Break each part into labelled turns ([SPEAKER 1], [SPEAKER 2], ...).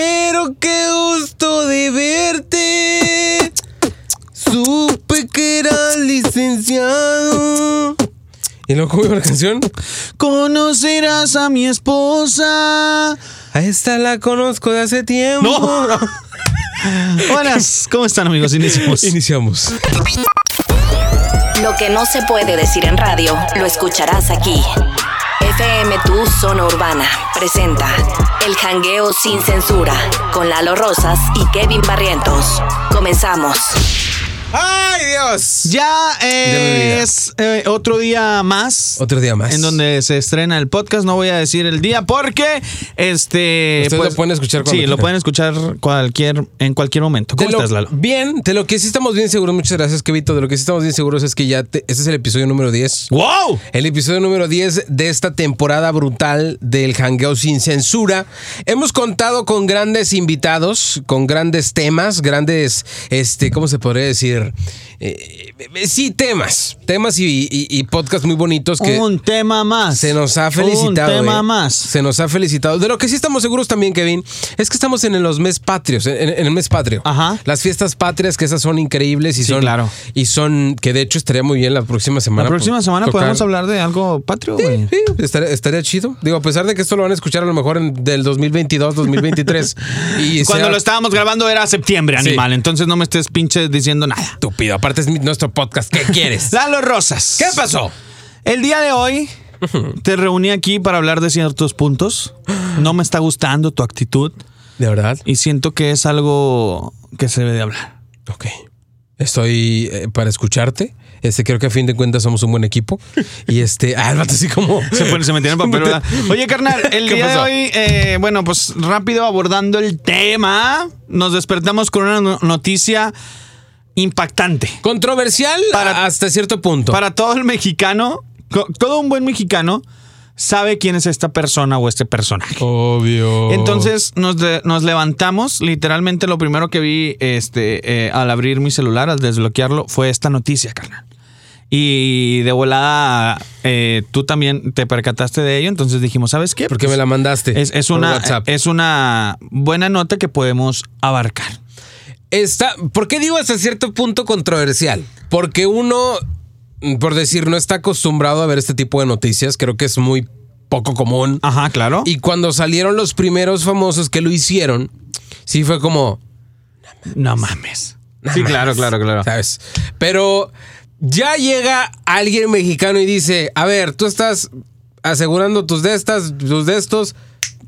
[SPEAKER 1] Pero qué gusto de verte. Supe que eras licenciado. Y luego ¿cómo iba la canción.
[SPEAKER 2] Conocerás a mi esposa.
[SPEAKER 1] A esta la conozco de hace tiempo.
[SPEAKER 2] No. Buenas, ¿cómo están amigos? Iniciamos.
[SPEAKER 1] Iniciamos.
[SPEAKER 3] Lo que no se puede decir en radio, lo escucharás aquí. FM Tu Zona Urbana presenta El Jangueo Sin Censura con Lalo Rosas y Kevin Barrientos. Comenzamos.
[SPEAKER 1] ¡Ay, Dios!
[SPEAKER 2] Ya
[SPEAKER 1] me olvidé.
[SPEAKER 2] es eh, otro día más.
[SPEAKER 1] Otro día más.
[SPEAKER 2] En donde se estrena el podcast, no voy a decir el día porque este
[SPEAKER 1] Ustedes lo pueden escuchar
[SPEAKER 2] Sí,
[SPEAKER 1] cuando
[SPEAKER 2] lo
[SPEAKER 1] quieran.
[SPEAKER 2] pueden escuchar cualquier en cualquier momento.
[SPEAKER 1] De
[SPEAKER 2] ¿Cómo
[SPEAKER 1] lo-
[SPEAKER 2] estás, Lalo?
[SPEAKER 1] Bien, de lo que sí estamos bien seguros, muchas gracias, Kevito. De lo que sí estamos bien seguros es que ya te- este es el episodio número 10.
[SPEAKER 2] ¡Wow!
[SPEAKER 1] El episodio número 10 de esta temporada brutal del Hangueo sin censura. Hemos contado con grandes invitados, con grandes temas, grandes, este, ¿cómo se podría decir? Eh, eh, sí, temas. Temas y, y- y podcasts muy bonitos que
[SPEAKER 2] Un tema más.
[SPEAKER 1] se nos ha felicitado.
[SPEAKER 2] Un tema
[SPEAKER 1] eh.
[SPEAKER 2] más.
[SPEAKER 1] Se nos ha felicitado. De lo que sí estamos seguros también, Kevin, es que estamos en los mes patrios, en, en el mes patrio.
[SPEAKER 2] Ajá.
[SPEAKER 1] Las fiestas patrias, que esas son increíbles y
[SPEAKER 2] Sí,
[SPEAKER 1] son.
[SPEAKER 2] claro.
[SPEAKER 1] Y son, que de hecho estaría muy bien la próxima semana.
[SPEAKER 2] La próxima
[SPEAKER 1] pues,
[SPEAKER 2] semana
[SPEAKER 1] tocar-
[SPEAKER 2] podemos hablar de algo patrio, güey.
[SPEAKER 1] Sí, estaría, estaría chido. Digo, a pesar de que esto lo van a escuchar a lo mejor en, del 2022, 2023. y
[SPEAKER 2] Cuando
[SPEAKER 1] sea
[SPEAKER 2] lo estábamos grabando era septiembre,
[SPEAKER 1] Sí.
[SPEAKER 2] animal. Entonces no me estés pinche diciendo nada.
[SPEAKER 1] estúpido. Aparte es mi- nuestro podcast. ¿Qué quieres?
[SPEAKER 2] Lalo Rosas.
[SPEAKER 1] ¿Qué pasó?
[SPEAKER 2] El día de hoy te reuní aquí para hablar de ciertos puntos. No me está gustando tu actitud
[SPEAKER 1] De verdad.
[SPEAKER 2] y siento que es algo que se debe de hablar.
[SPEAKER 1] Ok. Estoy eh, para escucharte. Este, creo que a fin de cuentas somos un buen equipo. Y este, ah, el vato así como.
[SPEAKER 2] Se, pone- se metieron en papel, ¿verdad? Oye, carnal, el
[SPEAKER 1] ¿Qué
[SPEAKER 2] día
[SPEAKER 1] pasó?
[SPEAKER 2] de hoy, eh, bueno, pues rápido abordando el tema, nos despertamos con una no- noticia impactante.
[SPEAKER 1] Controversial
[SPEAKER 2] Para-
[SPEAKER 1] a- hasta cierto punto.
[SPEAKER 2] Para todo el mexicano, co- todo un buen mexicano sabe quién es esta persona o este personaje. Oh.
[SPEAKER 1] Obvio.
[SPEAKER 2] Entonces nos, de- nos levantamos, literalmente lo primero que vi este, eh, al abrir mi celular, al desbloquearlo, fue esta noticia, carnal. Y de volada, eh, tú también te percataste de ello, entonces dijimos, ¿sabes qué?
[SPEAKER 1] Porque me
[SPEAKER 2] Pues,
[SPEAKER 1] la mandaste.
[SPEAKER 2] es, es
[SPEAKER 1] por
[SPEAKER 2] una,
[SPEAKER 1] WhatsApp.
[SPEAKER 2] es una buena nota que podemos abarcar.
[SPEAKER 1] Está, ¿Por qué digo hasta cierto punto controversial? Porque uno, mm, por decir, no está acostumbrado a ver este tipo de noticias. Creo que es muy poco común.
[SPEAKER 2] Ajá, claro.
[SPEAKER 1] Y cuando salieron los primeros famosos que lo hicieron, sí fue como,
[SPEAKER 2] no mames. Sí, claro, claro, claro.
[SPEAKER 1] ¿sabes? Pero ya llega alguien mexicano y dice, a ver, tú estás asegurando tus de estas, tus de estos,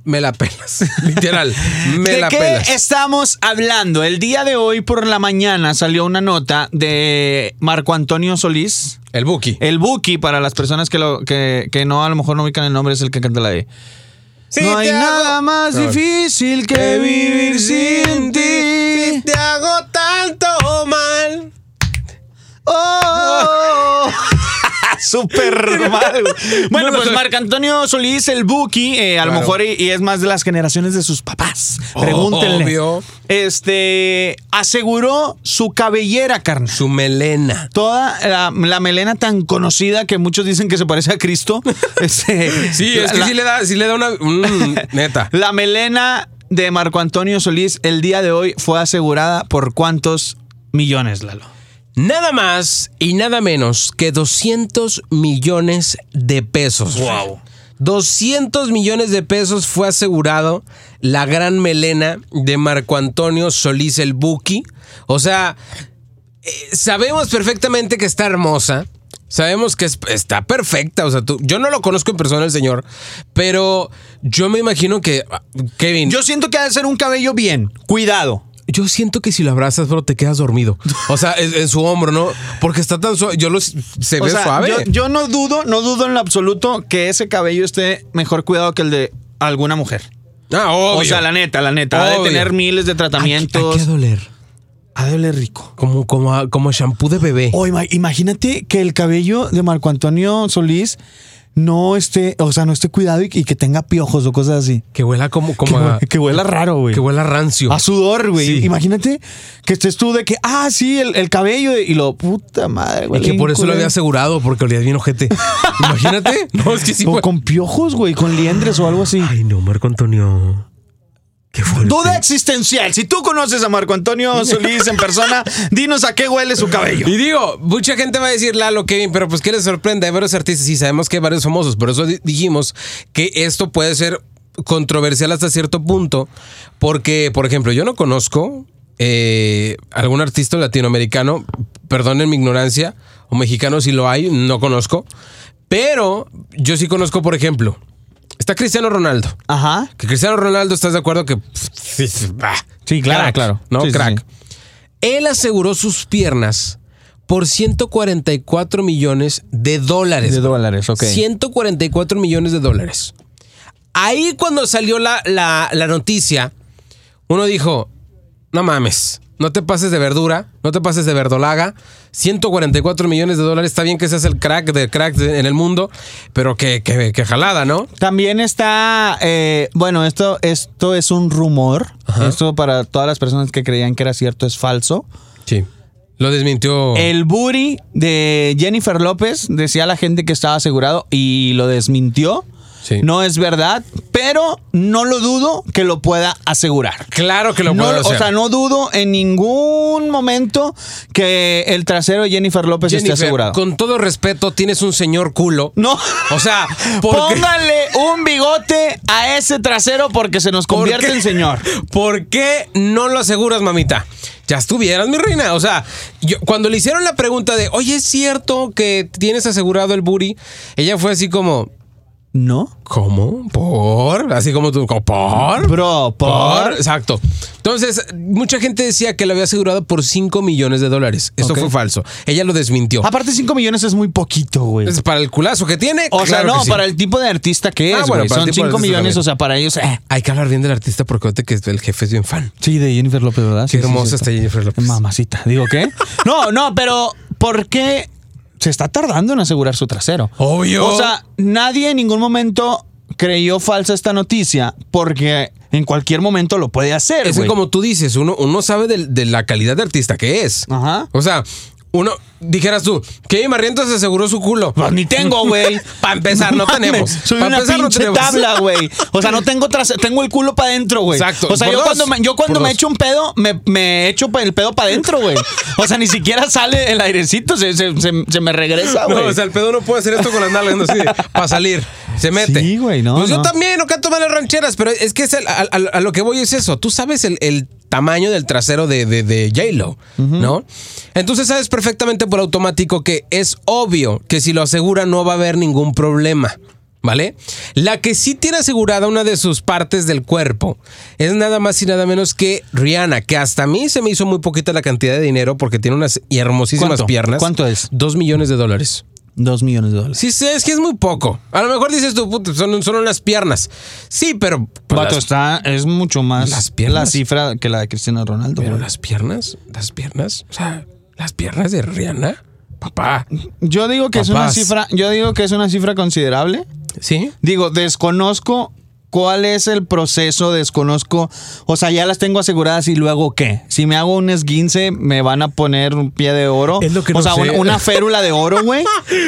[SPEAKER 1] me la pelas. Literal, me
[SPEAKER 2] ¿De
[SPEAKER 1] la
[SPEAKER 2] qué
[SPEAKER 1] pelas.
[SPEAKER 2] estamos hablando? El día de hoy por la mañana salió una nota de Marco Antonio Solís.
[SPEAKER 1] El Buki.
[SPEAKER 2] El Buki, para las personas que, lo, que, que no a lo mejor no ubican el nombre, es el que canta la de.
[SPEAKER 1] Sí
[SPEAKER 2] no hay
[SPEAKER 1] te hago-
[SPEAKER 2] nada más
[SPEAKER 1] A ver.
[SPEAKER 2] difícil que vivir sin ti.
[SPEAKER 1] Te hago tanto mal.
[SPEAKER 2] ¡Oh! Súper mal. güey. Bueno,
[SPEAKER 1] No lo
[SPEAKER 2] pues
[SPEAKER 1] sé.
[SPEAKER 2] Marco Antonio Solís, el Buki, eh, a lo
[SPEAKER 1] Claro.
[SPEAKER 2] mejor y, y es más de las generaciones de sus papás.
[SPEAKER 1] Oh,
[SPEAKER 2] Pregúntenle.
[SPEAKER 1] obvio.
[SPEAKER 2] Este aseguró su cabellera, carnal.
[SPEAKER 1] Su melena.
[SPEAKER 2] toda la, la melena tan conocida que muchos dicen que se parece a Cristo. Este,
[SPEAKER 1] Sí, es que
[SPEAKER 2] la,
[SPEAKER 1] sí le da, sí le da una. mm, neta.
[SPEAKER 2] la melena de Marco Antonio Solís el día de hoy fue asegurada por cuántos millones, Lalo.
[SPEAKER 1] Nada más y nada menos que 200 millones de pesos.
[SPEAKER 2] Wow.
[SPEAKER 1] 200 millones de pesos fue asegurado la gran melena de Marco Antonio Solís el Buki. O sea, eh, sabemos perfectamente que está hermosa. Sabemos que es- está perfecta. O sea, tú- yo no lo conozco en persona el señor, pero yo me imagino que, ah, Kevin,
[SPEAKER 2] Yo siento que ha de ser un cabello bien, cuidado.
[SPEAKER 1] yo siento que si lo abrazas, bro, te quedas dormido. O sea, en, en su hombro, ¿no? Porque está tan suave. Yo lo. Se
[SPEAKER 2] O
[SPEAKER 1] ve
[SPEAKER 2] sea,
[SPEAKER 1] suave.
[SPEAKER 2] Yo, yo no dudo, no dudo en lo absoluto que ese cabello esté mejor cuidado que el de alguna mujer.
[SPEAKER 1] ah, obvio.
[SPEAKER 2] O sea, la neta, la neta. Ha de
[SPEAKER 1] Obvio.
[SPEAKER 2] tener miles de
[SPEAKER 1] Hay
[SPEAKER 2] tratamientos.
[SPEAKER 1] que doler.
[SPEAKER 2] Ha de oler rico.
[SPEAKER 1] Como, como, a- como shampoo de bebé.
[SPEAKER 2] O ima- imagínate que el cabello de Marco Antonio Solís no esté, o sea, no esté cuidado y, y que tenga piojos o cosas así.
[SPEAKER 1] Que huela como. como
[SPEAKER 2] que,
[SPEAKER 1] a-
[SPEAKER 2] hue- que huela raro, güey.
[SPEAKER 1] que huela rancio.
[SPEAKER 2] A sudor, güey.
[SPEAKER 1] Sí.
[SPEAKER 2] Imagínate que estés tú de que, ah, sí, el, el cabello y lo, puta madre,
[SPEAKER 1] Y
[SPEAKER 2] güey.
[SPEAKER 1] que por eso lo había
[SPEAKER 2] asegurado.
[SPEAKER 1] asegurado, porque olía bien ojete. Imagínate. No, es que sí
[SPEAKER 2] o
[SPEAKER 1] fue-
[SPEAKER 2] con piojos, güey, con liendres o algo así.
[SPEAKER 1] Ay, no, Marco Antonio. Qué fuerte.
[SPEAKER 2] Duda existencial. Si tú conoces a Marco Antonio Solís en persona, dinos a qué huele su cabello.
[SPEAKER 1] Y digo, mucha gente va a decir, Lalo, Kevin, pero pues qué les sorprende. Hay varios artistas y sabemos que hay varios famosos. Por eso di- dijimos que esto puede ser controversial hasta cierto punto. Porque, por ejemplo, yo no conozco eh, algún artista latinoamericano, perdonen mi ignorancia, o mexicano si lo hay, no conozco. Pero yo sí conozco, por ejemplo, está Cristiano Ronaldo.
[SPEAKER 2] Ajá.
[SPEAKER 1] Que Cristiano Ronaldo, ¿estás de acuerdo que... pff, sí, sí, bah,
[SPEAKER 2] Sí, claro, claro.
[SPEAKER 1] No,
[SPEAKER 2] Sí, sí,
[SPEAKER 1] crack.
[SPEAKER 2] sí.
[SPEAKER 1] Él aseguró sus piernas por 144 millones de dólares.
[SPEAKER 2] De dólares, ok.
[SPEAKER 1] 144 millones de dólares. Ahí cuando salió la, la- la noticia, uno dijo, no mames, no te pases de verdura, no te pases de verdolaga. 144 millones de dólares, está bien que seas el crack de crack de- en el mundo, pero que, que, que jalada, ¿no?
[SPEAKER 2] También está, eh, bueno, esto, esto es un rumor. Esto para todas las personas que creían que era cierto es falso.
[SPEAKER 1] Sí. Lo desmintió.
[SPEAKER 2] El booty de Jennifer López decía la gente que estaba asegurado y lo desmintió.
[SPEAKER 1] Sí.
[SPEAKER 2] No es verdad, pero no lo dudo que lo pueda asegurar.
[SPEAKER 1] Claro que lo
[SPEAKER 2] No,
[SPEAKER 1] puede
[SPEAKER 2] o sea, no dudo en ningún momento que el trasero de Jennifer López
[SPEAKER 1] Jennifer,
[SPEAKER 2] esté pues, asegurado.
[SPEAKER 1] Con todo respeto, tienes un señor culo.
[SPEAKER 2] No.
[SPEAKER 1] O sea, ¿por qué,
[SPEAKER 2] Póngale un bigote a ese trasero porque se nos
[SPEAKER 1] ¿Por
[SPEAKER 2] convierte
[SPEAKER 1] qué?
[SPEAKER 2] en señor.
[SPEAKER 1] ¿por qué no lo aseguras, mamita? Ya estuvieras, mi reina. O sea, yo- cuando le hicieron la pregunta de, oye, ¿es cierto que tienes asegurado el booty? Ella fue así como,
[SPEAKER 2] ¿No?
[SPEAKER 1] ¿cómo? ¿Por? Así como tú, como, ¿por?
[SPEAKER 2] Bro,
[SPEAKER 1] Por,
[SPEAKER 2] por.
[SPEAKER 1] exacto. Entonces, mucha gente decía que lo había asegurado por 5 millones de dólares. Eso
[SPEAKER 2] Ok. Ah,
[SPEAKER 1] fue falso. Ella lo desmintió.
[SPEAKER 2] Aparte, 5 millones es muy poquito, güey.
[SPEAKER 1] Es para el culazo que tiene.
[SPEAKER 2] O sea,
[SPEAKER 1] claro que
[SPEAKER 2] no,
[SPEAKER 1] sí.
[SPEAKER 2] para el tipo de artista que
[SPEAKER 1] Ah,
[SPEAKER 2] es,
[SPEAKER 1] bueno,
[SPEAKER 2] güey.
[SPEAKER 1] para el
[SPEAKER 2] Son
[SPEAKER 1] tipo de
[SPEAKER 2] 5
[SPEAKER 1] artista
[SPEAKER 2] millones,
[SPEAKER 1] también.
[SPEAKER 2] o sea, para ellos. eh.
[SPEAKER 1] Hay que hablar bien del artista porque fíjate que el jefe es bien fan.
[SPEAKER 2] Sí, de Jennifer López, ¿verdad?
[SPEAKER 1] Qué hermosa está Jennifer López.
[SPEAKER 2] Mamacita. Digo, ¿qué? no, no, pero ¿por qué se está tardando en asegurar su trasero?
[SPEAKER 1] Obvio.
[SPEAKER 2] O sea, nadie en ningún momento creyó falsa esta noticia porque en cualquier momento lo puede hacer,
[SPEAKER 1] Es que
[SPEAKER 2] güey.
[SPEAKER 1] como tú dices, uno, uno sabe del- de, la calidad de artista que es.
[SPEAKER 2] Ajá.
[SPEAKER 1] O sea, uno, dijeras tú, Kevin Marrientos se aseguró su culo.
[SPEAKER 2] Pues ni tengo, güey.
[SPEAKER 1] Para empezar, no
[SPEAKER 2] Mames,
[SPEAKER 1] tenemos.
[SPEAKER 2] Soy
[SPEAKER 1] Pa'
[SPEAKER 2] una
[SPEAKER 1] empezar, no
[SPEAKER 2] pinche
[SPEAKER 1] tenemos.
[SPEAKER 2] tabla, güey. O sea, no tengo trasero, tengo el culo para adentro, güey.
[SPEAKER 1] Exacto.
[SPEAKER 2] O sea,
[SPEAKER 1] Por
[SPEAKER 2] yo
[SPEAKER 1] dos.
[SPEAKER 2] cuando, me, yo cuando
[SPEAKER 1] Por
[SPEAKER 2] me
[SPEAKER 1] dos.
[SPEAKER 2] echo un pedo, me, me echo pa- el pedo para adentro, güey. O sea, ni siquiera sale el airecito, se, se- se- se me regresa,
[SPEAKER 1] No,
[SPEAKER 2] güey.
[SPEAKER 1] o sea, el pedo no puede hacer esto con las nalgas no, para salir. Se mete.
[SPEAKER 2] Sí, güey, no,
[SPEAKER 1] Pues yo
[SPEAKER 2] no.
[SPEAKER 1] también, no canto mal las rancheras, pero es que es el- a, a- a lo que voy es eso. Tú sabes el, el tamaño del trasero de, de, de J-Lo, ¿no? Entonces sabes perfectamente por automático que es obvio que si lo asegura no va a haber ningún problema. ¿Vale? La que sí tiene asegurada una de sus partes del cuerpo es nada más y nada menos que Rihanna, que hasta a mí se me hizo muy poquita la cantidad de dinero porque tiene unas hermosísimas
[SPEAKER 2] ¿Cuánto?
[SPEAKER 1] piernas.
[SPEAKER 2] ¿Cuánto es?
[SPEAKER 1] Dos millones de dólares.
[SPEAKER 2] Dos millones de dólares.
[SPEAKER 1] Sí, sí, es que es muy poco. A lo mejor dices tú, puta, son, son unas piernas. Sí, pero. pues,
[SPEAKER 2] Vato,
[SPEAKER 1] las,
[SPEAKER 2] está, es mucho más
[SPEAKER 1] Las piernas.
[SPEAKER 2] la cifra que la de Cristiano Ronaldo.
[SPEAKER 1] pero
[SPEAKER 2] güey.
[SPEAKER 1] las piernas, las piernas, o sea, las piernas de Rihanna, papá.
[SPEAKER 2] Yo digo que es una
[SPEAKER 1] Papás.
[SPEAKER 2] cifra, yo digo que es una cifra considerable.
[SPEAKER 1] Sí.
[SPEAKER 2] Digo, desconozco cuál es el proceso, desconozco, o sea, ya las tengo aseguradas y luego qué. Si me hago un esguince, me van a poner un pie de oro.
[SPEAKER 1] Es lo que
[SPEAKER 2] o
[SPEAKER 1] no
[SPEAKER 2] sea,
[SPEAKER 1] sé.
[SPEAKER 2] un- una férula de oro, güey.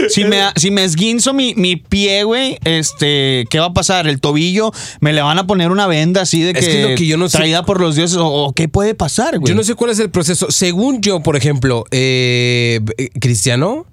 [SPEAKER 2] Si me, si me esguinzo mi, mi pie, güey, este, ¿qué va a pasar? El tobillo, me le van a poner una venda así de que,
[SPEAKER 1] Es que lo que yo no sé-
[SPEAKER 2] traída por los dioses, o, o qué puede pasar, güey.
[SPEAKER 1] Yo no sé cuál es el proceso. Según yo, por ejemplo, eh, eh, Cristiano,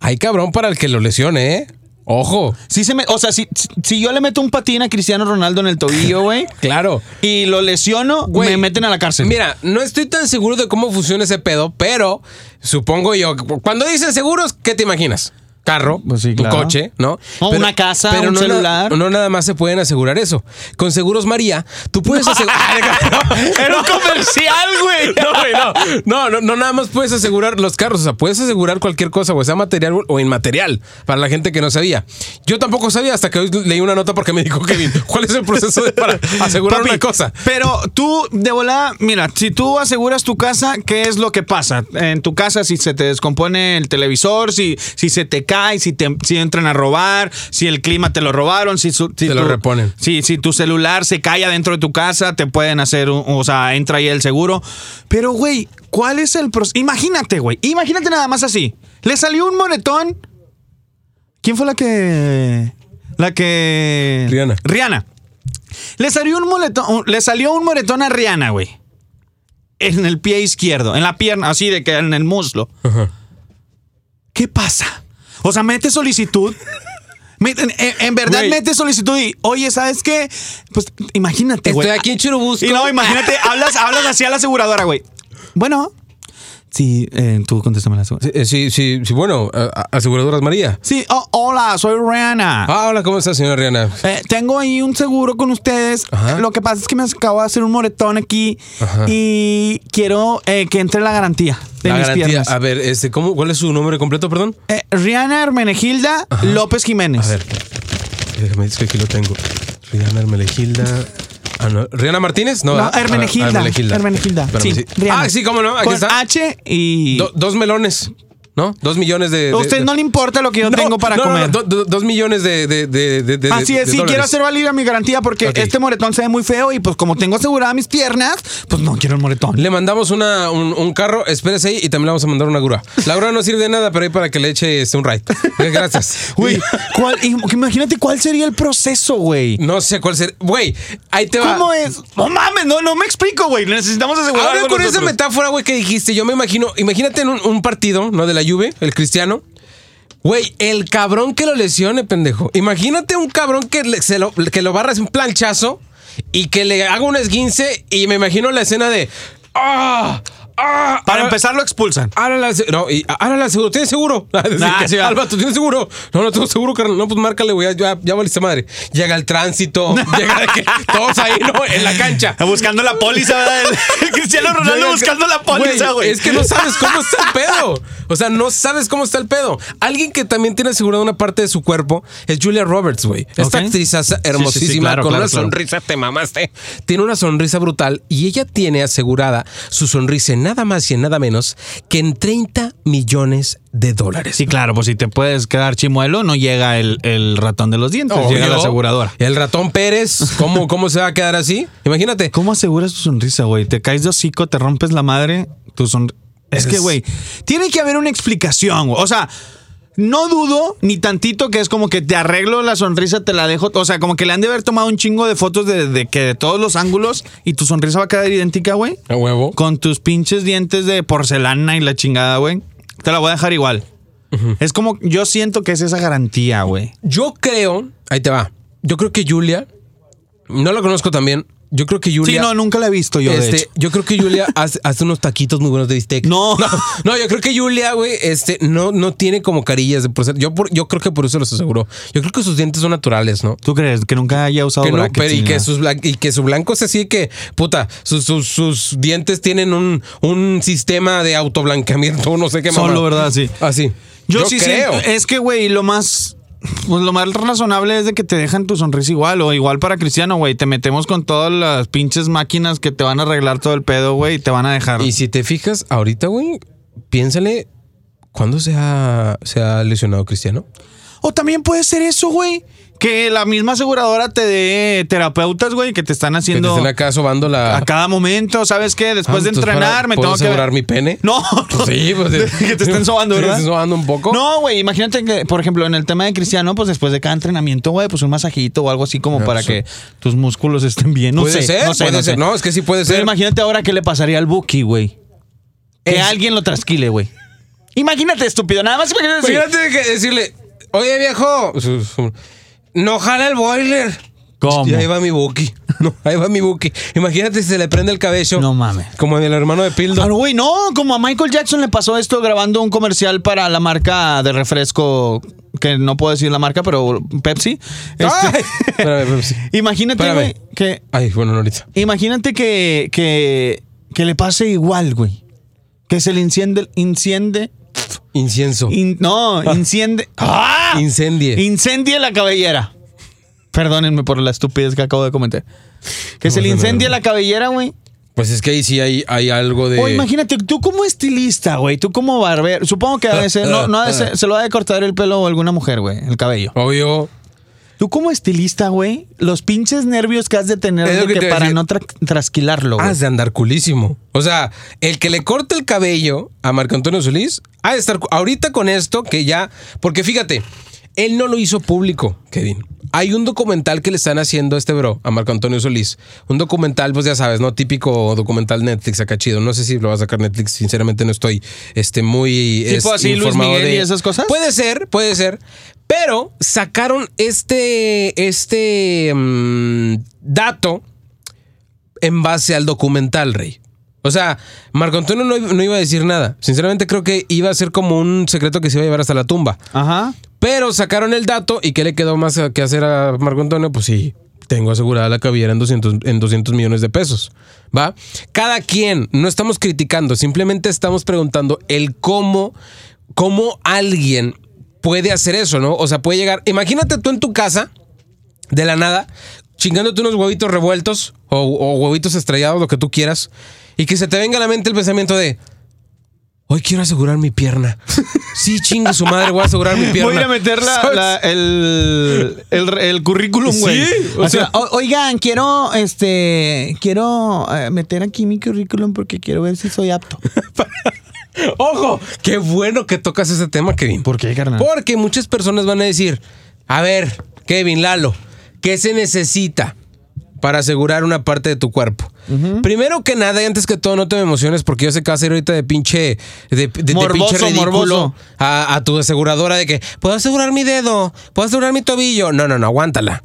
[SPEAKER 1] hay cabrón para el que lo lesione, ¿eh? Ojo.
[SPEAKER 2] Sí se me, o sea, si, si yo le meto un patín a Cristiano Ronaldo en el tobillo, güey,
[SPEAKER 1] Claro.
[SPEAKER 2] y lo lesiono,
[SPEAKER 1] Güey,
[SPEAKER 2] me meten a la cárcel.
[SPEAKER 1] Mira, no estoy tan seguro de cómo funciona ese pedo, pero supongo yo. que Cuando dicen seguros, ¿qué te imaginas? Carro,
[SPEAKER 2] Pues sí,
[SPEAKER 1] tu
[SPEAKER 2] claro.
[SPEAKER 1] coche, ¿no?
[SPEAKER 2] O una casa, un
[SPEAKER 1] no na-
[SPEAKER 2] celular.
[SPEAKER 1] no nada más se pueden asegurar eso. Con Seguros María, tú puedes asegurar.
[SPEAKER 2] Era un comercial, güey.
[SPEAKER 1] No, güey, no. no, no, no nada más puedes asegurar los carros, o sea, puedes asegurar cualquier cosa, o sea material o inmaterial, para la gente que no sabía. Yo tampoco sabía hasta que hoy leí una nota porque me dijo Kevin, ¿cuál es el proceso de- para asegurar
[SPEAKER 2] Papi,
[SPEAKER 1] una cosa?
[SPEAKER 2] Pero tú, de volada, mira, si tú aseguras tu casa, ¿qué es lo que pasa? En tu casa, si se te descompone el televisor, si, si se te cae, si, te, si entran a robar, si el clima te lo robaron, si, su- si
[SPEAKER 1] Te lo reponen.
[SPEAKER 2] Si, si tu celular se cae adentro de tu casa, te pueden hacer, un- o sea, entra ahí el seguro. Pero, güey, ¿cuál es el proceso? Imagínate, güey, imagínate nada más así. Le salió un monetón. ¿Quién fue la que... La que...
[SPEAKER 1] Rihanna.
[SPEAKER 2] Rihanna. Le salió un moletón, le salió un moretón a Rihanna, güey. En el pie izquierdo, en la pierna, así de que en el muslo. ¿Qué pasa? O sea, mete solicitud. Me- en, en- en verdad
[SPEAKER 1] Güey.
[SPEAKER 2] mete solicitud y, oye, ¿sabes qué? Pues imagínate, güey. Ah,
[SPEAKER 1] Estoy aquí en Churubusco.
[SPEAKER 2] Y no, imagínate, hablas, hablas así a la aseguradora, güey. Bueno, sí, eh, tú contéstame la aseguradora.
[SPEAKER 1] Eh, Sí, sí, sí, bueno, a- a- aseguradoras María.
[SPEAKER 2] Sí, oh, hola, soy Rihanna.
[SPEAKER 1] Ah, hola, ¿cómo está, señora Rihanna?
[SPEAKER 2] Eh, tengo ahí un seguro con ustedes.
[SPEAKER 1] Ajá.
[SPEAKER 2] Lo que pasa es que me acabo de hacer un moretón aquí
[SPEAKER 1] Ajá.
[SPEAKER 2] y quiero eh, que entre la garantía de
[SPEAKER 1] La
[SPEAKER 2] mis
[SPEAKER 1] garantía.
[SPEAKER 2] piernas.
[SPEAKER 1] A ver, este, ¿cómo, ¿cuál es su nombre completo, perdón?
[SPEAKER 2] Eh, Rihanna Hermenegilda López Jiménez.
[SPEAKER 1] A ver, déjame, es que aquí lo tengo. Rihanna Hermelegilda. Ah, no. ¿Rihanna Martínez? No,
[SPEAKER 2] No,
[SPEAKER 1] ¿verdad?
[SPEAKER 2] Hermenegilda.
[SPEAKER 1] Ah,
[SPEAKER 2] Hermenegilda.
[SPEAKER 1] Espérame,
[SPEAKER 2] Sí, Rihanna.
[SPEAKER 1] Ah, sí, cómo no, aquí
[SPEAKER 2] Con
[SPEAKER 1] está.
[SPEAKER 2] H y.
[SPEAKER 1] Do- dos melones, ¿no? Dos millones de. de-
[SPEAKER 2] a usted no le importa lo que yo
[SPEAKER 1] No,
[SPEAKER 2] tengo para
[SPEAKER 1] no, no,
[SPEAKER 2] comer.
[SPEAKER 1] no, do- do- dos millones de. de- de- de- de-
[SPEAKER 2] Así
[SPEAKER 1] de
[SPEAKER 2] es, sí,
[SPEAKER 1] dólares.
[SPEAKER 2] quiero hacer válida mi garantía porque
[SPEAKER 1] Ok.
[SPEAKER 2] este moretón se ve muy feo y pues como tengo asegurada mis piernas, pues no quiero el moretón.
[SPEAKER 1] Le mandamos una, un, un carro, espérese ahí y también le vamos a mandar una grúa. La grúa no sirve de nada, pero ahí para que le eche este, un ride. Ok, Gracias.
[SPEAKER 2] Güey, ¿cuál- imagínate cuál sería el proceso, güey.
[SPEAKER 1] No sé cuál ser. Güey, ahí te va.
[SPEAKER 2] ¿Cómo es? No mames, no, no me explico, güey. Necesitamos asegurar.
[SPEAKER 1] Ahora
[SPEAKER 2] algo
[SPEAKER 1] con esa
[SPEAKER 2] nosotros.
[SPEAKER 1] metáfora, güey, que dijiste, yo me imagino, imagínate en un, un partido, ¿no? De la Juve, el cristiano. Güey, el cabrón que lo lesione, pendejo. Imagínate un cabrón que, le- se lo, que lo barras un planchazo y que le haga un esguince y me imagino la escena de... ¡Ah! ¡Ah!
[SPEAKER 2] Para
[SPEAKER 1] ahora-
[SPEAKER 2] empezar, lo expulsan.
[SPEAKER 1] Ahora la, se- no, y ahora la seguro, ¿tienes seguro?
[SPEAKER 2] Ah, sí, va.
[SPEAKER 1] Alba, ¿tú tienes seguro? No, no tengo seguro, carnal. No, pues márcale, güey, ya, ya valiste madre. Llega el tránsito, llega de que todos ahí, ¿no? En la cancha.
[SPEAKER 2] Buscando la póliza, ¿verdad? El, el Cristiano Ronaldo
[SPEAKER 1] Llega-
[SPEAKER 2] buscando la póliza, güey.
[SPEAKER 1] Es que no sabes cómo está el pedo. O sea, no sabes cómo está el pedo. Alguien que también tiene asegurada una parte de su cuerpo es Julia Roberts, güey. Esta
[SPEAKER 2] Ok.
[SPEAKER 1] actrizaza
[SPEAKER 2] sí,
[SPEAKER 1] hermosísima,
[SPEAKER 2] claro,
[SPEAKER 1] con
[SPEAKER 2] claro,
[SPEAKER 1] una
[SPEAKER 2] claro.
[SPEAKER 1] sonrisa, te mamaste. Tiene una sonrisa brutal y ella tiene asegurada su sonrisa en nada más y en nada menos que en 30 millones de dólares.
[SPEAKER 2] Sí, claro, pues si te puedes quedar chimuelo, no llega el, el ratón de los dientes, llega
[SPEAKER 1] Obvio.
[SPEAKER 2] la aseguradora.
[SPEAKER 1] El ratón Pérez, ¿cómo, ¿cómo se va a quedar así? Imagínate.
[SPEAKER 2] ¿Cómo aseguras tu sonrisa, güey? Te caes de hocico, te rompes la madre, tu son... Es que,
[SPEAKER 1] Es-
[SPEAKER 2] güey, tiene que haber una explicación, güey. O sea, no dudo ni tantito que es como que te arreglo la sonrisa, te la dejo. O sea, como que le han de haber tomado un chingo de fotos de, de que de todos los ángulos y tu sonrisa va a quedar idéntica, güey.
[SPEAKER 1] A huevo.
[SPEAKER 2] Con tus pinches dientes de porcelana y la chingada, güey. Te la voy a dejar igual. Es como, yo siento que es esa garantía, güey.
[SPEAKER 1] Yo creo, ahí te va. Yo creo que Julia, no la conozco también. Yo creo que Julia.
[SPEAKER 2] Sí, no, nunca la he visto yo, de
[SPEAKER 1] este,
[SPEAKER 2] hecho.
[SPEAKER 1] yo creo que Julia hace, hace unos taquitos muy buenos de bistec.
[SPEAKER 2] No.
[SPEAKER 1] no, no, yo creo que Julia, güey, este, no, no tiene como carillas de por ser- Yo, por- yo creo que por eso los aseguró. Yo creo que sus dientes son naturales, ¿no?
[SPEAKER 2] ¿Tú crees que nunca haya usado
[SPEAKER 1] Que no,
[SPEAKER 2] brackets
[SPEAKER 1] pero y,
[SPEAKER 2] ni
[SPEAKER 1] que
[SPEAKER 2] nada?
[SPEAKER 1] sus blan- y que su blanco es así que, puta, sus, sus- sus dientes tienen un, un sistema de autoblanqueamiento, no sé qué más.
[SPEAKER 2] Solo, ¿verdad? Sí.
[SPEAKER 1] Así.
[SPEAKER 2] Yo, sí siento- Es que, güey, lo más. Pues lo más razonable es de que te dejan tu sonrisa igual o igual para Cristiano, güey. Te metemos con todas las pinches máquinas que te van a arreglar todo el pedo, güey, y te van a dejar.
[SPEAKER 1] Y si te fijas, ahorita, güey, piénsale cuándo se ha, se ha lesionado Cristiano.
[SPEAKER 2] O también puede ser eso, güey. Que la misma aseguradora te dé terapeutas, güey, que te están
[SPEAKER 1] Que te
[SPEAKER 2] haciendo
[SPEAKER 1] estén acá sobando la.
[SPEAKER 2] a cada momento. ¿Sabes qué? Después
[SPEAKER 1] Ah,
[SPEAKER 2] de
[SPEAKER 1] entonces,
[SPEAKER 2] entrenar,
[SPEAKER 1] ¿para-
[SPEAKER 2] me
[SPEAKER 1] ¿puedo
[SPEAKER 2] tengo que.
[SPEAKER 1] asegurar mi pene?
[SPEAKER 2] No, no.
[SPEAKER 1] Sí, pues.
[SPEAKER 2] que te estén sobando,
[SPEAKER 1] que te
[SPEAKER 2] ¿verdad?
[SPEAKER 1] estén sobando un poco.
[SPEAKER 2] No, güey, imagínate que, por ejemplo, en el tema de Cristiano, pues después de cada entrenamiento, güey, pues un masajito o algo así como
[SPEAKER 1] No,
[SPEAKER 2] para
[SPEAKER 1] sí.
[SPEAKER 2] que tus músculos estén bien. No
[SPEAKER 1] puede
[SPEAKER 2] sé,
[SPEAKER 1] ser,
[SPEAKER 2] no sé,
[SPEAKER 1] puede
[SPEAKER 2] no
[SPEAKER 1] ser.
[SPEAKER 2] sé.
[SPEAKER 1] No, es que sí puede
[SPEAKER 2] Pero
[SPEAKER 1] ser.
[SPEAKER 2] imagínate ahora qué le pasaría al Buki, güey. Que
[SPEAKER 1] Es-
[SPEAKER 2] alguien lo trasquile, güey. Imagínate, estúpido. Nada más imagínate. güey.
[SPEAKER 1] Imagínate Pues que decirle, oye viejo, su- su- no jala el boiler.
[SPEAKER 2] ¿Cómo?
[SPEAKER 1] Y ahí va mi buki. No, ahí va mi buki. Imagínate si se le prende el cabello.
[SPEAKER 2] No mames.
[SPEAKER 1] Como en el hermano de Pildo.
[SPEAKER 2] Ah, no, güey, no, como a Michael Jackson le pasó esto grabando un comercial para la marca de refresco, que no puedo decir la marca, pero Pepsi.
[SPEAKER 1] Ay.
[SPEAKER 2] Este-
[SPEAKER 1] Espérame, espérame, sí.
[SPEAKER 2] Imagínate,
[SPEAKER 1] Espérame.
[SPEAKER 2] güey, que
[SPEAKER 1] Ay, bueno, no ahorita.
[SPEAKER 2] Imagínate que, que, que le pase igual, güey. Que se le enciende, enciende,
[SPEAKER 1] Incienso.
[SPEAKER 2] in- no, enciende, ¡ah!
[SPEAKER 1] Incendie.
[SPEAKER 2] incendie la cabellera. Perdónenme por la estupidez que acabo de cometer. Que se le
[SPEAKER 1] No, no, no,
[SPEAKER 2] incendie
[SPEAKER 1] no.
[SPEAKER 2] la cabellera, güey.
[SPEAKER 1] Pues es que ahí sí hay, hay algo de.
[SPEAKER 2] O imagínate, tú como estilista, güey, tú como barbero, supongo que a veces, no, no ha de ser- se lo ha de cortar el pelo a alguna mujer, güey, el cabello.
[SPEAKER 1] Obvio.
[SPEAKER 2] Tú como estilista, güey, los pinches nervios que has de tener
[SPEAKER 1] Es lo
[SPEAKER 2] de
[SPEAKER 1] que
[SPEAKER 2] que
[SPEAKER 1] te iba a
[SPEAKER 2] para
[SPEAKER 1] decir. Ah,
[SPEAKER 2] no tra- trasquilarlo, güey.
[SPEAKER 1] Has de andar culísimo. O sea, el que le corta el cabello a Marco Antonio Solís, ha de estar cu- ahorita con esto que ya. Porque fíjate, Él no lo hizo público, Kevin. Hay un documental que le están haciendo a este bro, a Marco Antonio Solís. Un documental, pues ya sabes, ¿no? Típico documental Netflix, acá chido. No sé si lo va a sacar Netflix, sinceramente no estoy este, muy
[SPEAKER 4] Tipo
[SPEAKER 1] es-
[SPEAKER 4] pues, así, Luis
[SPEAKER 1] informado
[SPEAKER 4] Miguel
[SPEAKER 1] de-
[SPEAKER 4] y esas cosas.
[SPEAKER 1] Puede ser, puede ser. Pero sacaron este, este mm, dato en base al documental, Rey. O sea, Marco Antonio no, no iba a decir nada. Sinceramente creo que iba a ser como un secreto que se iba a llevar hasta la tumba.
[SPEAKER 4] Ajá.
[SPEAKER 1] Pero sacaron el dato y ¿qué le quedó más eh, que hacer a Marco Antonio? Pues sí, tengo asegurada la cabellera en 200, en 200 millones de pesos. ¿Va? Cada quien, no estamos criticando, simplemente estamos preguntando el cómo, cómo alguien puede hacer eso, ¿no? O sea, puede llegar. Imagínate tú en tu casa, de la nada, chingándote unos huevitos revueltos o, o huevitos estrellados, lo que tú quieras, y que se te venga a la mente el pensamiento de. Hoy quiero asegurar mi pierna. Sí, chingue su madre, voy a asegurar mi pierna.
[SPEAKER 4] Voy a ir a meter la-
[SPEAKER 1] ¿Sabes?
[SPEAKER 4] la- el, el- el currículum, güey.
[SPEAKER 1] Sí,
[SPEAKER 4] o sea,
[SPEAKER 2] oigan, quiero, este, quiero eh, meter aquí mi currículum porque quiero ver si soy apto.
[SPEAKER 1] Ojo, qué bueno que tocas ese tema, Kevin.
[SPEAKER 4] ¿Por qué, carnal?
[SPEAKER 1] Porque muchas personas van a decir, a ver, Kevin, Lalo, ¿qué se necesita para asegurar una parte de tu cuerpo? Primero que nada, y antes que todo, no te me emociones porque yo sé que vas a ir ahorita de pinche, de, de- de
[SPEAKER 4] Morboso,
[SPEAKER 1] pinche ridículo
[SPEAKER 4] morboso.
[SPEAKER 1] A, a tu aseguradora de que, ¿puedo asegurar mi dedo? ¿Puedo asegurar mi tobillo? No, no, no, aguántala.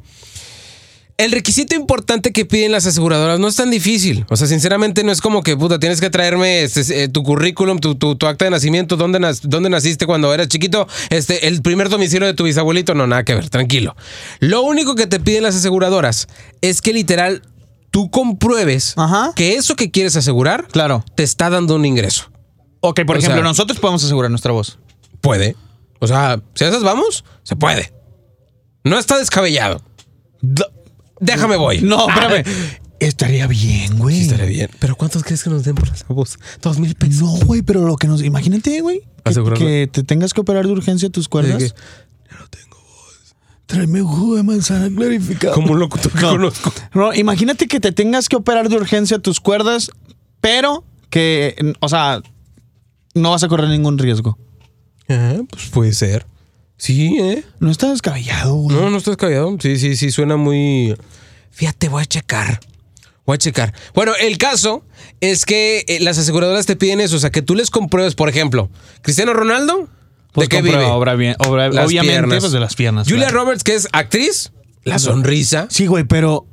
[SPEAKER 1] El requisito importante que piden las aseguradoras no es tan difícil. O sea, sinceramente no es como que, puta, tienes que traerme este, eh, tu currículum, tu, tu- tu acta de nacimiento, dónde, nas- dónde naciste cuando eras chiquito, este, el primer domicilio de tu bisabuelito. No, nada que ver, tranquilo. Lo único que te piden las aseguradoras es que literal tú compruebes
[SPEAKER 2] Ajá.
[SPEAKER 1] que eso que quieres asegurar
[SPEAKER 4] Claro.
[SPEAKER 1] te está dando un ingreso.
[SPEAKER 4] ok, por
[SPEAKER 1] o
[SPEAKER 4] ejemplo,
[SPEAKER 1] sea-
[SPEAKER 4] nosotros podemos asegurar nuestra voz.
[SPEAKER 1] Puede. O sea, si a esas vamos, se puede. No está descabellado. Déjame voy.
[SPEAKER 4] No, espérame.
[SPEAKER 2] Ah. Estaría bien, güey.
[SPEAKER 1] Sí, estaría bien. Pero ¿cuántos crees que nos den por esa voz? Dos mil pesos.
[SPEAKER 2] No, güey, pero lo que nos. Imagínate, güey. que-
[SPEAKER 1] Asegurarlo.
[SPEAKER 2] Que, te tengas que operar de urgencia tus cuerdas.
[SPEAKER 1] Sí, que-
[SPEAKER 2] Tráeme un jugo de manzana clarificado.
[SPEAKER 1] Como un locutor que conozco.
[SPEAKER 4] No, y-
[SPEAKER 2] Imagínate que te tengas que operar de urgencia tus cuerdas, pero que, o sea, no vas a correr ningún riesgo.
[SPEAKER 1] Ah, pues puede ser. Sí, ¿eh?
[SPEAKER 2] No está descabellado, güey.
[SPEAKER 1] No, no estás callado. Sí, sí, sí, suena muy... Fíjate, voy a checar. Voy a checar. Bueno, el caso es que eh, las aseguradoras te piden eso, o sea, que tú les compruebes, por ejemplo, Cristiano Ronaldo,
[SPEAKER 4] Pues
[SPEAKER 1] ¿de qué
[SPEAKER 4] comprueba,
[SPEAKER 1] vive?
[SPEAKER 4] obra bien- obra-
[SPEAKER 1] Las
[SPEAKER 4] obviamente,
[SPEAKER 1] piernas.
[SPEAKER 4] pues de las piernas.
[SPEAKER 1] Julia
[SPEAKER 4] claro.
[SPEAKER 1] Roberts, que es actriz, la sonrisa.
[SPEAKER 2] Sí, güey, pero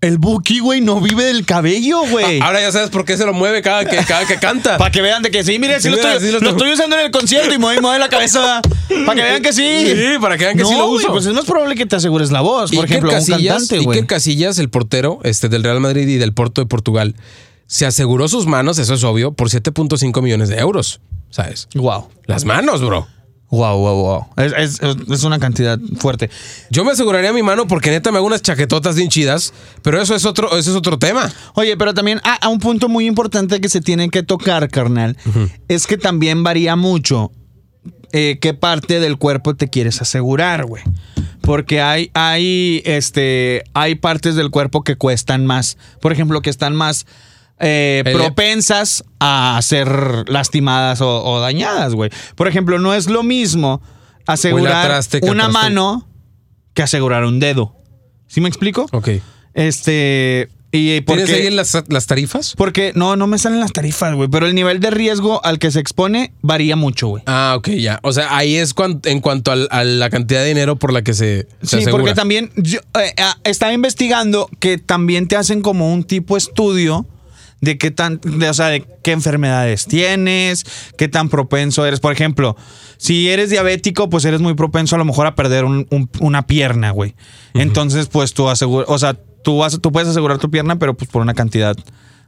[SPEAKER 2] el Buki, güey, no vive del cabello, güey.
[SPEAKER 1] Ah, Ahora ya sabes por qué se lo mueve cada que, cada que canta.
[SPEAKER 2] Para que vean de que sí, mire, sí,
[SPEAKER 1] Sí,
[SPEAKER 2] lo,
[SPEAKER 1] mira,
[SPEAKER 2] estoy,
[SPEAKER 1] sí lo
[SPEAKER 2] lo
[SPEAKER 1] estoy-
[SPEAKER 2] estoy usando en el concierto y mueve, mueve la cabeza. Para que vean que sí.
[SPEAKER 1] Sí, para que vean que sí lo
[SPEAKER 2] güey,
[SPEAKER 1] uso.
[SPEAKER 2] pues es más probable que te asegures la voz. Pues, Por
[SPEAKER 1] Iker
[SPEAKER 2] ejemplo, a un
[SPEAKER 1] Casillas,
[SPEAKER 2] cantante,
[SPEAKER 1] Iker
[SPEAKER 2] güey.
[SPEAKER 1] Casillas, el portero este, del Real Madrid y del Porto de Portugal, se aseguró sus manos, eso es obvio, por 7.5 millones de euros, ¿sabes?
[SPEAKER 4] Wow.
[SPEAKER 1] Las manos, bro.
[SPEAKER 4] Wow, wow, wow. Es, es- es una cantidad fuerte.
[SPEAKER 1] Yo me aseguraría mi mano porque neta me hago unas chaquetotas bien chidas, pero eso es otro, eso es otro tema.
[SPEAKER 2] Oye, pero también ah, a un punto muy importante que se tiene que tocar, carnal, es que también varía mucho eh, qué parte del cuerpo te quieres asegurar, güey. Porque hay, hay, este, hay partes del cuerpo que cuestan más. Por ejemplo, que están más eh,
[SPEAKER 1] El-
[SPEAKER 2] propensas a ser lastimadas o, o dañadas, güey. Por ejemplo, no es lo mismo asegurar
[SPEAKER 1] traste, que
[SPEAKER 2] una
[SPEAKER 1] traste.
[SPEAKER 2] mano que asegurar un dedo. ¿Sí me explico?
[SPEAKER 1] Ok.
[SPEAKER 2] Este. Y
[SPEAKER 1] ¿Tienes
[SPEAKER 2] porque,
[SPEAKER 1] ahí las, las tarifas?
[SPEAKER 2] porque no, no me salen las tarifas, güey. Pero el nivel de riesgo al que se expone varía mucho, güey.
[SPEAKER 1] Ah, ok, ya. O sea, ahí es cuan- en cuanto al- a la cantidad de dinero por la que se, se
[SPEAKER 2] Sí,
[SPEAKER 1] asegura.
[SPEAKER 2] porque también yo, eh, ah, estaba investigando que también te hacen como un tipo estudio de qué tan, de, o sea, de qué enfermedades tienes, qué tan propenso eres. Por ejemplo, si eres diabético, pues eres muy propenso a lo mejor a perder un- un- una pierna, güey. Entonces, pues tú aseguras, o sea, tú vas, tú puedes asegurar tu pierna, pero pues por una cantidad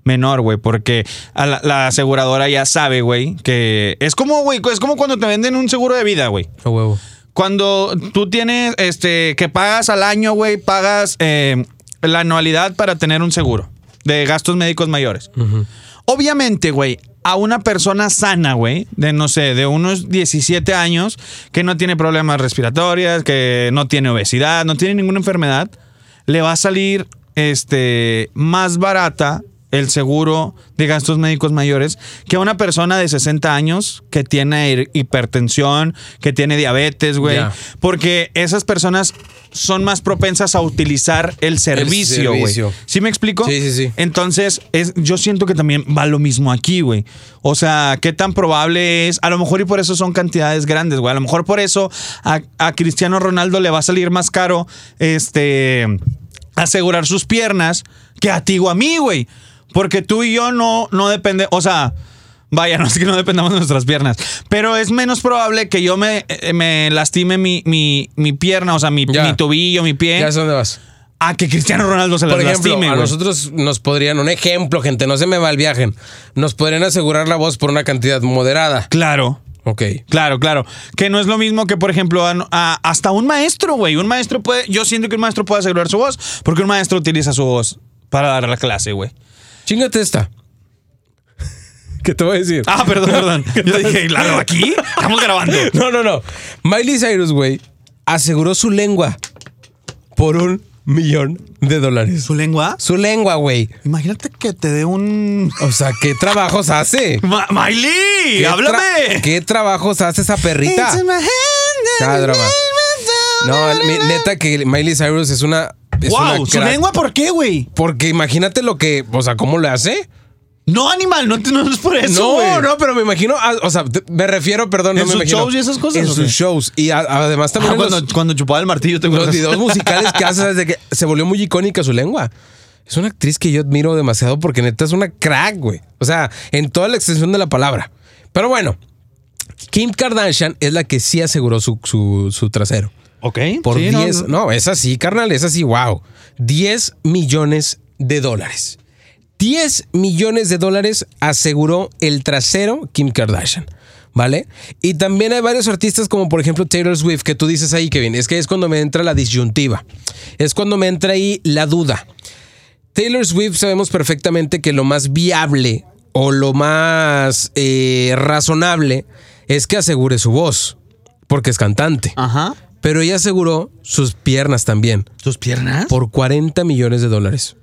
[SPEAKER 2] menor, güey, porque a la, la aseguradora ya sabe, güey, que es como, güey, es como cuando te venden un seguro de vida, güey.
[SPEAKER 1] A huevo.
[SPEAKER 2] Cuando tú tienes, este, que pagas al año, güey, pagas eh, la anualidad para tener un seguro de gastos médicos mayores. Obviamente, güey, a una persona sana, güey, de no sé, de unos 17 años, que no tiene problemas respiratorios, que no tiene obesidad, no tiene ninguna enfermedad, le va a salir, este, más barata el seguro de gastos médicos mayores que a una persona de 60 años que tiene hi- hipertensión, que tiene diabetes, güey.
[SPEAKER 1] Ya.
[SPEAKER 2] Porque esas personas son más propensas a utilizar el servicio, güey.
[SPEAKER 1] servicio.
[SPEAKER 2] ¿Sí me explico?
[SPEAKER 1] Sí, sí, sí.
[SPEAKER 2] Entonces, es, yo siento que también va lo mismo aquí, güey. O sea, qué tan probable es. A lo mejor y por eso son cantidades grandes, güey. A lo mejor por eso a, a Cristiano Ronaldo le va a salir más caro este asegurar sus piernas que a ti o a mí, güey. Porque tú y yo no, no depende. O sea. Vaya, no es que no dependamos de nuestras piernas. Pero es menos probable que yo me, eh, me lastime mi, mi, mi pierna, o sea, mi,
[SPEAKER 1] Ya.
[SPEAKER 2] mi tobillo, mi pie,
[SPEAKER 1] ¿Ya sé dónde vas?
[SPEAKER 2] a que Cristiano Ronaldo se las
[SPEAKER 1] Por ejemplo,
[SPEAKER 2] lastime,
[SPEAKER 1] a
[SPEAKER 2] güey.
[SPEAKER 1] nosotros nos podrían, un ejemplo, gente, no se me malviajen, nos podrían asegurar la voz por una cantidad moderada.
[SPEAKER 2] Claro.
[SPEAKER 1] Ok.
[SPEAKER 2] Claro, claro. Que no es lo mismo que, por ejemplo, a- a- hasta un maestro, güey. Un maestro puede. Yo siento que un maestro puede asegurar su voz, porque un maestro utiliza su voz para dar la clase, güey.
[SPEAKER 1] Chingate esta. ¿Qué te voy a decir?
[SPEAKER 2] Ah, perdón, perdón. Yo dije, claro, aquí estamos grabando.
[SPEAKER 1] No, no, no. Miley Cyrus, güey, aseguró su lengua por un millón de dólares.
[SPEAKER 2] ¿Su lengua?
[SPEAKER 1] Su lengua, güey.
[SPEAKER 2] Imagínate que te dé un.
[SPEAKER 1] O sea, ¿qué trabajos hace?
[SPEAKER 2] Ma- ¡Miley!
[SPEAKER 1] ¿Qué tra-
[SPEAKER 2] ¡Háblame!
[SPEAKER 1] ¿Qué trabajos hace esa perrita? Ah, drama. No, el- mi- neta que Miley Cyrus es una. Es
[SPEAKER 2] ¡Wow!
[SPEAKER 1] una
[SPEAKER 2] ¿Su
[SPEAKER 1] crack.
[SPEAKER 2] lengua por qué, güey?
[SPEAKER 1] Porque imagínate lo que. O sea, ¿cómo le hace?
[SPEAKER 2] No, animal, no, te- no es por eso.
[SPEAKER 1] no,
[SPEAKER 2] güey.
[SPEAKER 1] no, pero me imagino. ah, O sea, te- me refiero, perdón, no
[SPEAKER 2] ¿En
[SPEAKER 1] me
[SPEAKER 2] sus
[SPEAKER 1] imagino.
[SPEAKER 2] shows y esas cosas,
[SPEAKER 1] En
[SPEAKER 2] o
[SPEAKER 1] sus
[SPEAKER 2] qué?
[SPEAKER 1] shows. Y a- además
[SPEAKER 2] Ah,
[SPEAKER 1] también. en
[SPEAKER 2] cuando,
[SPEAKER 1] los-
[SPEAKER 2] cuando chupaba el martillo, te
[SPEAKER 1] los
[SPEAKER 2] acuerdas?
[SPEAKER 1] videos musicales que hace desde que se volvió muy icónica su lengua. Es una actriz que yo admiro demasiado porque neta es una crack, güey. O sea, en toda la extensión de la palabra. Pero bueno, Kim Kardashian es la que sí aseguró su, su- su trasero.
[SPEAKER 2] Ok.
[SPEAKER 1] Por
[SPEAKER 2] sí, no,
[SPEAKER 1] 10.
[SPEAKER 2] no.
[SPEAKER 1] No, es así, carnal, es así, wow. 10 millones de dólares. 10 millones de dólares aseguró el trasero Kim Kardashian. ¿Vale? Y también hay varios artistas como por ejemplo Taylor Swift, que tú dices ahí, Kevin, es que es cuando me entra la disyuntiva, es cuando me entra ahí la duda. Taylor Swift sabemos perfectamente que lo más viable o lo más eh, razonable es que asegure su voz, porque es cantante.
[SPEAKER 2] Ajá.
[SPEAKER 1] Pero ella aseguró sus piernas también
[SPEAKER 2] ¿Sus piernas?
[SPEAKER 1] por 40 millones de dólares.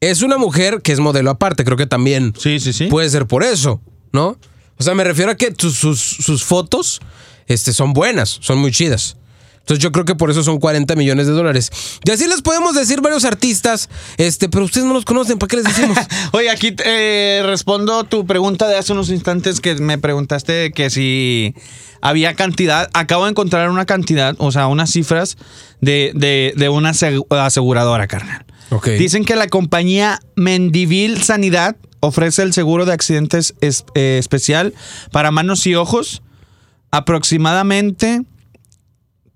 [SPEAKER 1] Es una mujer que es modelo aparte, creo que también
[SPEAKER 2] Sí, sí, sí.
[SPEAKER 1] puede ser por eso, ¿no? O sea, me refiero a que tus- sus, sus fotos este, son buenas, son muy chidas. Entonces yo creo que por eso son 40 millones de dólares. Y así les podemos decir varios artistas, este, pero ustedes no los conocen, ¿para qué les decimos?
[SPEAKER 2] Oye, aquí eh, respondo tu pregunta de hace unos instantes que me preguntaste de que si había cantidad. Acabo de encontrar una cantidad, o sea, unas cifras de, de- de una asegu- aseguradora, carnal.
[SPEAKER 1] Ok.
[SPEAKER 2] Dicen que la compañía Mendivil Sanidad ofrece el seguro de accidentes es- eh, especial para manos y ojos aproximadamente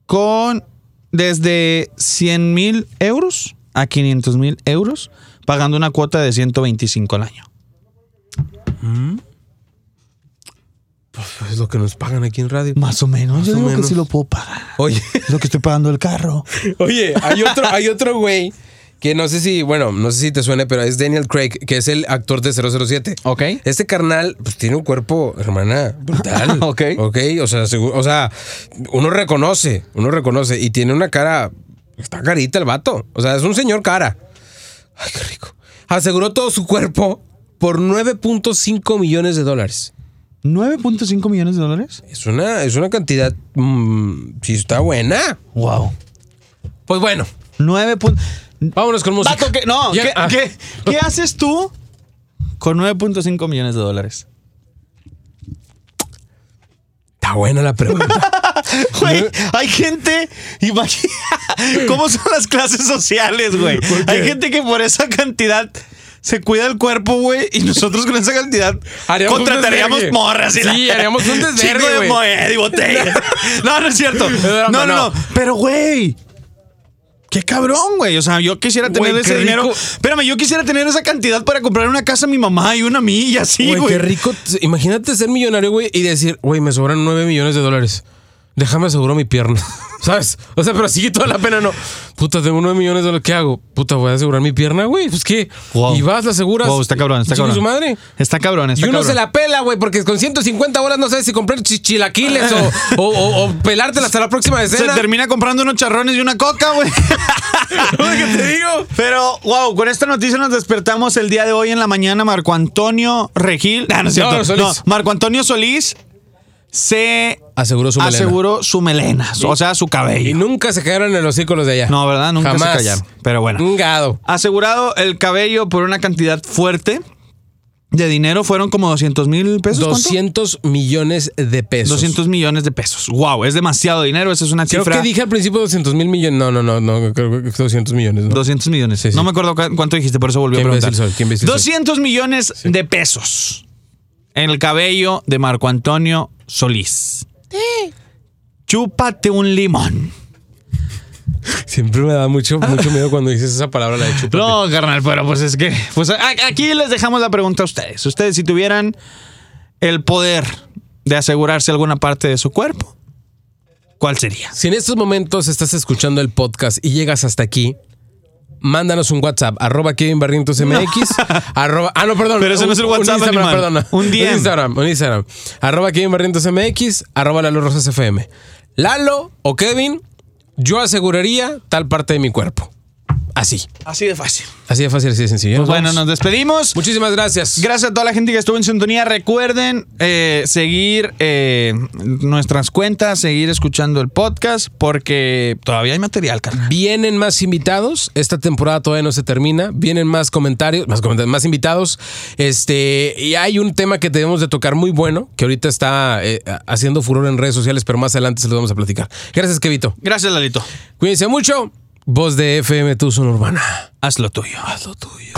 [SPEAKER 2] con desde 100 mil euros a 500 mil euros, pagando una cuota de 125 al año.
[SPEAKER 1] Pues es lo que nos pagan aquí en radio.
[SPEAKER 2] Más o menos, yo
[SPEAKER 1] o
[SPEAKER 2] digo
[SPEAKER 1] menos.
[SPEAKER 2] que sí lo puedo pagar.
[SPEAKER 1] Oye.
[SPEAKER 2] Lo que estoy pagando el carro.
[SPEAKER 1] Oye, hay otro, hay otro güey que no sé si, bueno, no sé si te suene, pero es Daniel Craig, que es el actor de 007.
[SPEAKER 2] Ok.
[SPEAKER 1] Este carnal pues, tiene un cuerpo, hermana, brutal.
[SPEAKER 2] Ok.
[SPEAKER 1] Ok, o sea, segu- o sea, uno reconoce, uno reconoce y tiene una cara, está carita el vato. O sea, es un señor cara. Ay, qué rico. Aseguró todo su cuerpo por 9.5 millones de dólares.
[SPEAKER 2] 9.5 millones de dólares.
[SPEAKER 1] Es una, es una cantidad, mm, si está buena.
[SPEAKER 2] Wow.
[SPEAKER 1] Pues bueno,
[SPEAKER 2] 9. pun-
[SPEAKER 1] vámonos con música.
[SPEAKER 2] Vato, ¿qué- no,
[SPEAKER 1] Ya-
[SPEAKER 2] ¿qué,
[SPEAKER 1] ah.
[SPEAKER 2] qué- qué haces tú con 9.5 millones de dólares?
[SPEAKER 1] Está buena la pregunta.
[SPEAKER 2] Güey, hay gente, imagina cómo son las clases sociales, güey.
[SPEAKER 1] ¿Por qué?
[SPEAKER 2] Hay gente que por esa cantidad se cuida el cuerpo, güey, y nosotros con esa cantidad
[SPEAKER 1] Haríamos un
[SPEAKER 2] contrataríamos
[SPEAKER 1] desvergue.
[SPEAKER 2] morras y la-
[SPEAKER 1] Sí, haríamos un desvergue,
[SPEAKER 2] Chingo de
[SPEAKER 1] güey.
[SPEAKER 2] moed y botellas. No, no es cierto.
[SPEAKER 1] broma,
[SPEAKER 2] No, no,
[SPEAKER 1] no.
[SPEAKER 2] no. Pero, güey. Qué cabrón, güey. O sea, yo quisiera tener
[SPEAKER 1] Güey, qué
[SPEAKER 2] ese dinero.
[SPEAKER 1] rico.
[SPEAKER 2] Espérame, yo quisiera tener esa cantidad para comprar una casa a mi mamá y una a mí y así,
[SPEAKER 1] Güey,
[SPEAKER 2] güey.
[SPEAKER 1] qué rico. Imagínate ser millonario, güey, y decir, güey, me sobran 9 millones de dólares. déjame aseguro mi pierna. ¿Sabes? O sea, pero sigue toda la pena, no. Puta, tengo nueve millones de lo que hago. Puta, voy a asegurar mi pierna, güey. Pues qué.
[SPEAKER 2] Wow.
[SPEAKER 1] Y vas, la aseguras.
[SPEAKER 2] Wow, está cabrón, está
[SPEAKER 1] Chingue
[SPEAKER 2] cabrón.
[SPEAKER 1] su madre.
[SPEAKER 2] Está cabrón, está
[SPEAKER 1] y uno
[SPEAKER 2] cabrón.
[SPEAKER 1] se la pela, güey, porque con 150 bolas no sabes si comprar chi- chilaquiles o, o, o- o pelártela hasta la próxima
[SPEAKER 2] Se
[SPEAKER 1] decena.
[SPEAKER 2] termina comprando unos charrones y una coca, güey.
[SPEAKER 1] ¿Qué te digo?
[SPEAKER 2] Pero, wow, con esta noticia nos despertamos el día de hoy en la mañana. Marco Antonio Regil. Nah, no es cierto.
[SPEAKER 1] No, no, Solís.
[SPEAKER 2] No, Marco Antonio Solís se
[SPEAKER 1] Aseguró su melena.
[SPEAKER 2] aseguró su melena, su- o sea, su
[SPEAKER 1] Y
[SPEAKER 2] cabello.
[SPEAKER 1] nunca se quedaron en los círculos de allá.
[SPEAKER 2] No, ¿verdad? Nunca
[SPEAKER 1] Jamás.
[SPEAKER 2] se callaron. Pero bueno.
[SPEAKER 1] Un gado.
[SPEAKER 2] Asegurado el cabello por una cantidad fuerte de dinero. Fueron como 200 mil pesos. ¿cuánto?
[SPEAKER 1] 200 millones de pesos.
[SPEAKER 2] 200 millones de pesos. Wow, es demasiado dinero. Esa es una
[SPEAKER 1] Creo
[SPEAKER 2] cifra.
[SPEAKER 1] que dije al principio 200 mil millones. No, no, no, no, creo que 200 millones. ¿no?
[SPEAKER 2] 200 millones.
[SPEAKER 1] Sí, sí.
[SPEAKER 2] No me acuerdo cu- cuánto dijiste, por eso volví a
[SPEAKER 1] Qué
[SPEAKER 2] preguntar.
[SPEAKER 1] imbécil soy, qué imbécil soy.
[SPEAKER 2] 200 millones de pesos en el cabello de Marco Antonio Solís. Chúpate un limón.
[SPEAKER 1] Siempre me da mucho, mucho miedo cuando dices esa palabra, la de chupar.
[SPEAKER 2] No, carnal, pero pues es que. Pues a- aquí les dejamos la pregunta a ustedes. Ustedes, si tuvieran el poder de asegurarse alguna parte de su cuerpo, ¿cuál sería?
[SPEAKER 1] Si en estos momentos estás escuchando el podcast y llegas hasta aquí, mándanos un WhatsApp, arroba Kevin Barrientos MX, arroba, ah, no, perdón.
[SPEAKER 2] Pero ese no es el
[SPEAKER 1] un-
[SPEAKER 2] WhatsApp,
[SPEAKER 1] un Instagram,
[SPEAKER 2] animal.
[SPEAKER 1] perdona.
[SPEAKER 2] Un DM.
[SPEAKER 1] Instagram, un Instagram. Arroba Kevin Barrientos MX, arroba Lalo Rosas FM. Lalo o Kevin, yo aseguraría tal parte de mi cuerpo. Así.
[SPEAKER 2] Así de fácil.
[SPEAKER 1] Así de fácil, así de sencillo.
[SPEAKER 2] Pues
[SPEAKER 1] Nos
[SPEAKER 2] bueno,
[SPEAKER 1] vamos.
[SPEAKER 2] nos despedimos.
[SPEAKER 1] Muchísimas gracias.
[SPEAKER 2] Gracias a toda la gente que estuvo en sintonía. Recuerden eh, seguir eh, nuestras cuentas, seguir escuchando el podcast, porque todavía hay material, carnal.
[SPEAKER 1] Vienen más invitados. Esta temporada todavía no se termina. Vienen más comentarios, más comentarios, más invitados. Este, y hay un tema que debemos de tocar muy bueno, que ahorita está eh, haciendo furor en redes sociales, pero más adelante se los vamos a platicar. Gracias, Kevito.
[SPEAKER 2] Gracias, Lalito.
[SPEAKER 1] Cuídense mucho. Voz de FM Tucson Urbana.
[SPEAKER 2] Haz lo tuyo. Haz lo tuyo.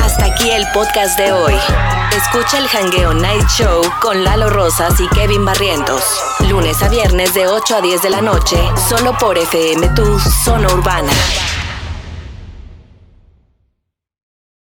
[SPEAKER 3] Hasta aquí el podcast de hoy. Escucha el Hangueo Night Show con Lalo Rosas y Kevin Barrientos. Lunes a viernes de 8 a 10 de la noche, solo por FM Tu Zona Urbana.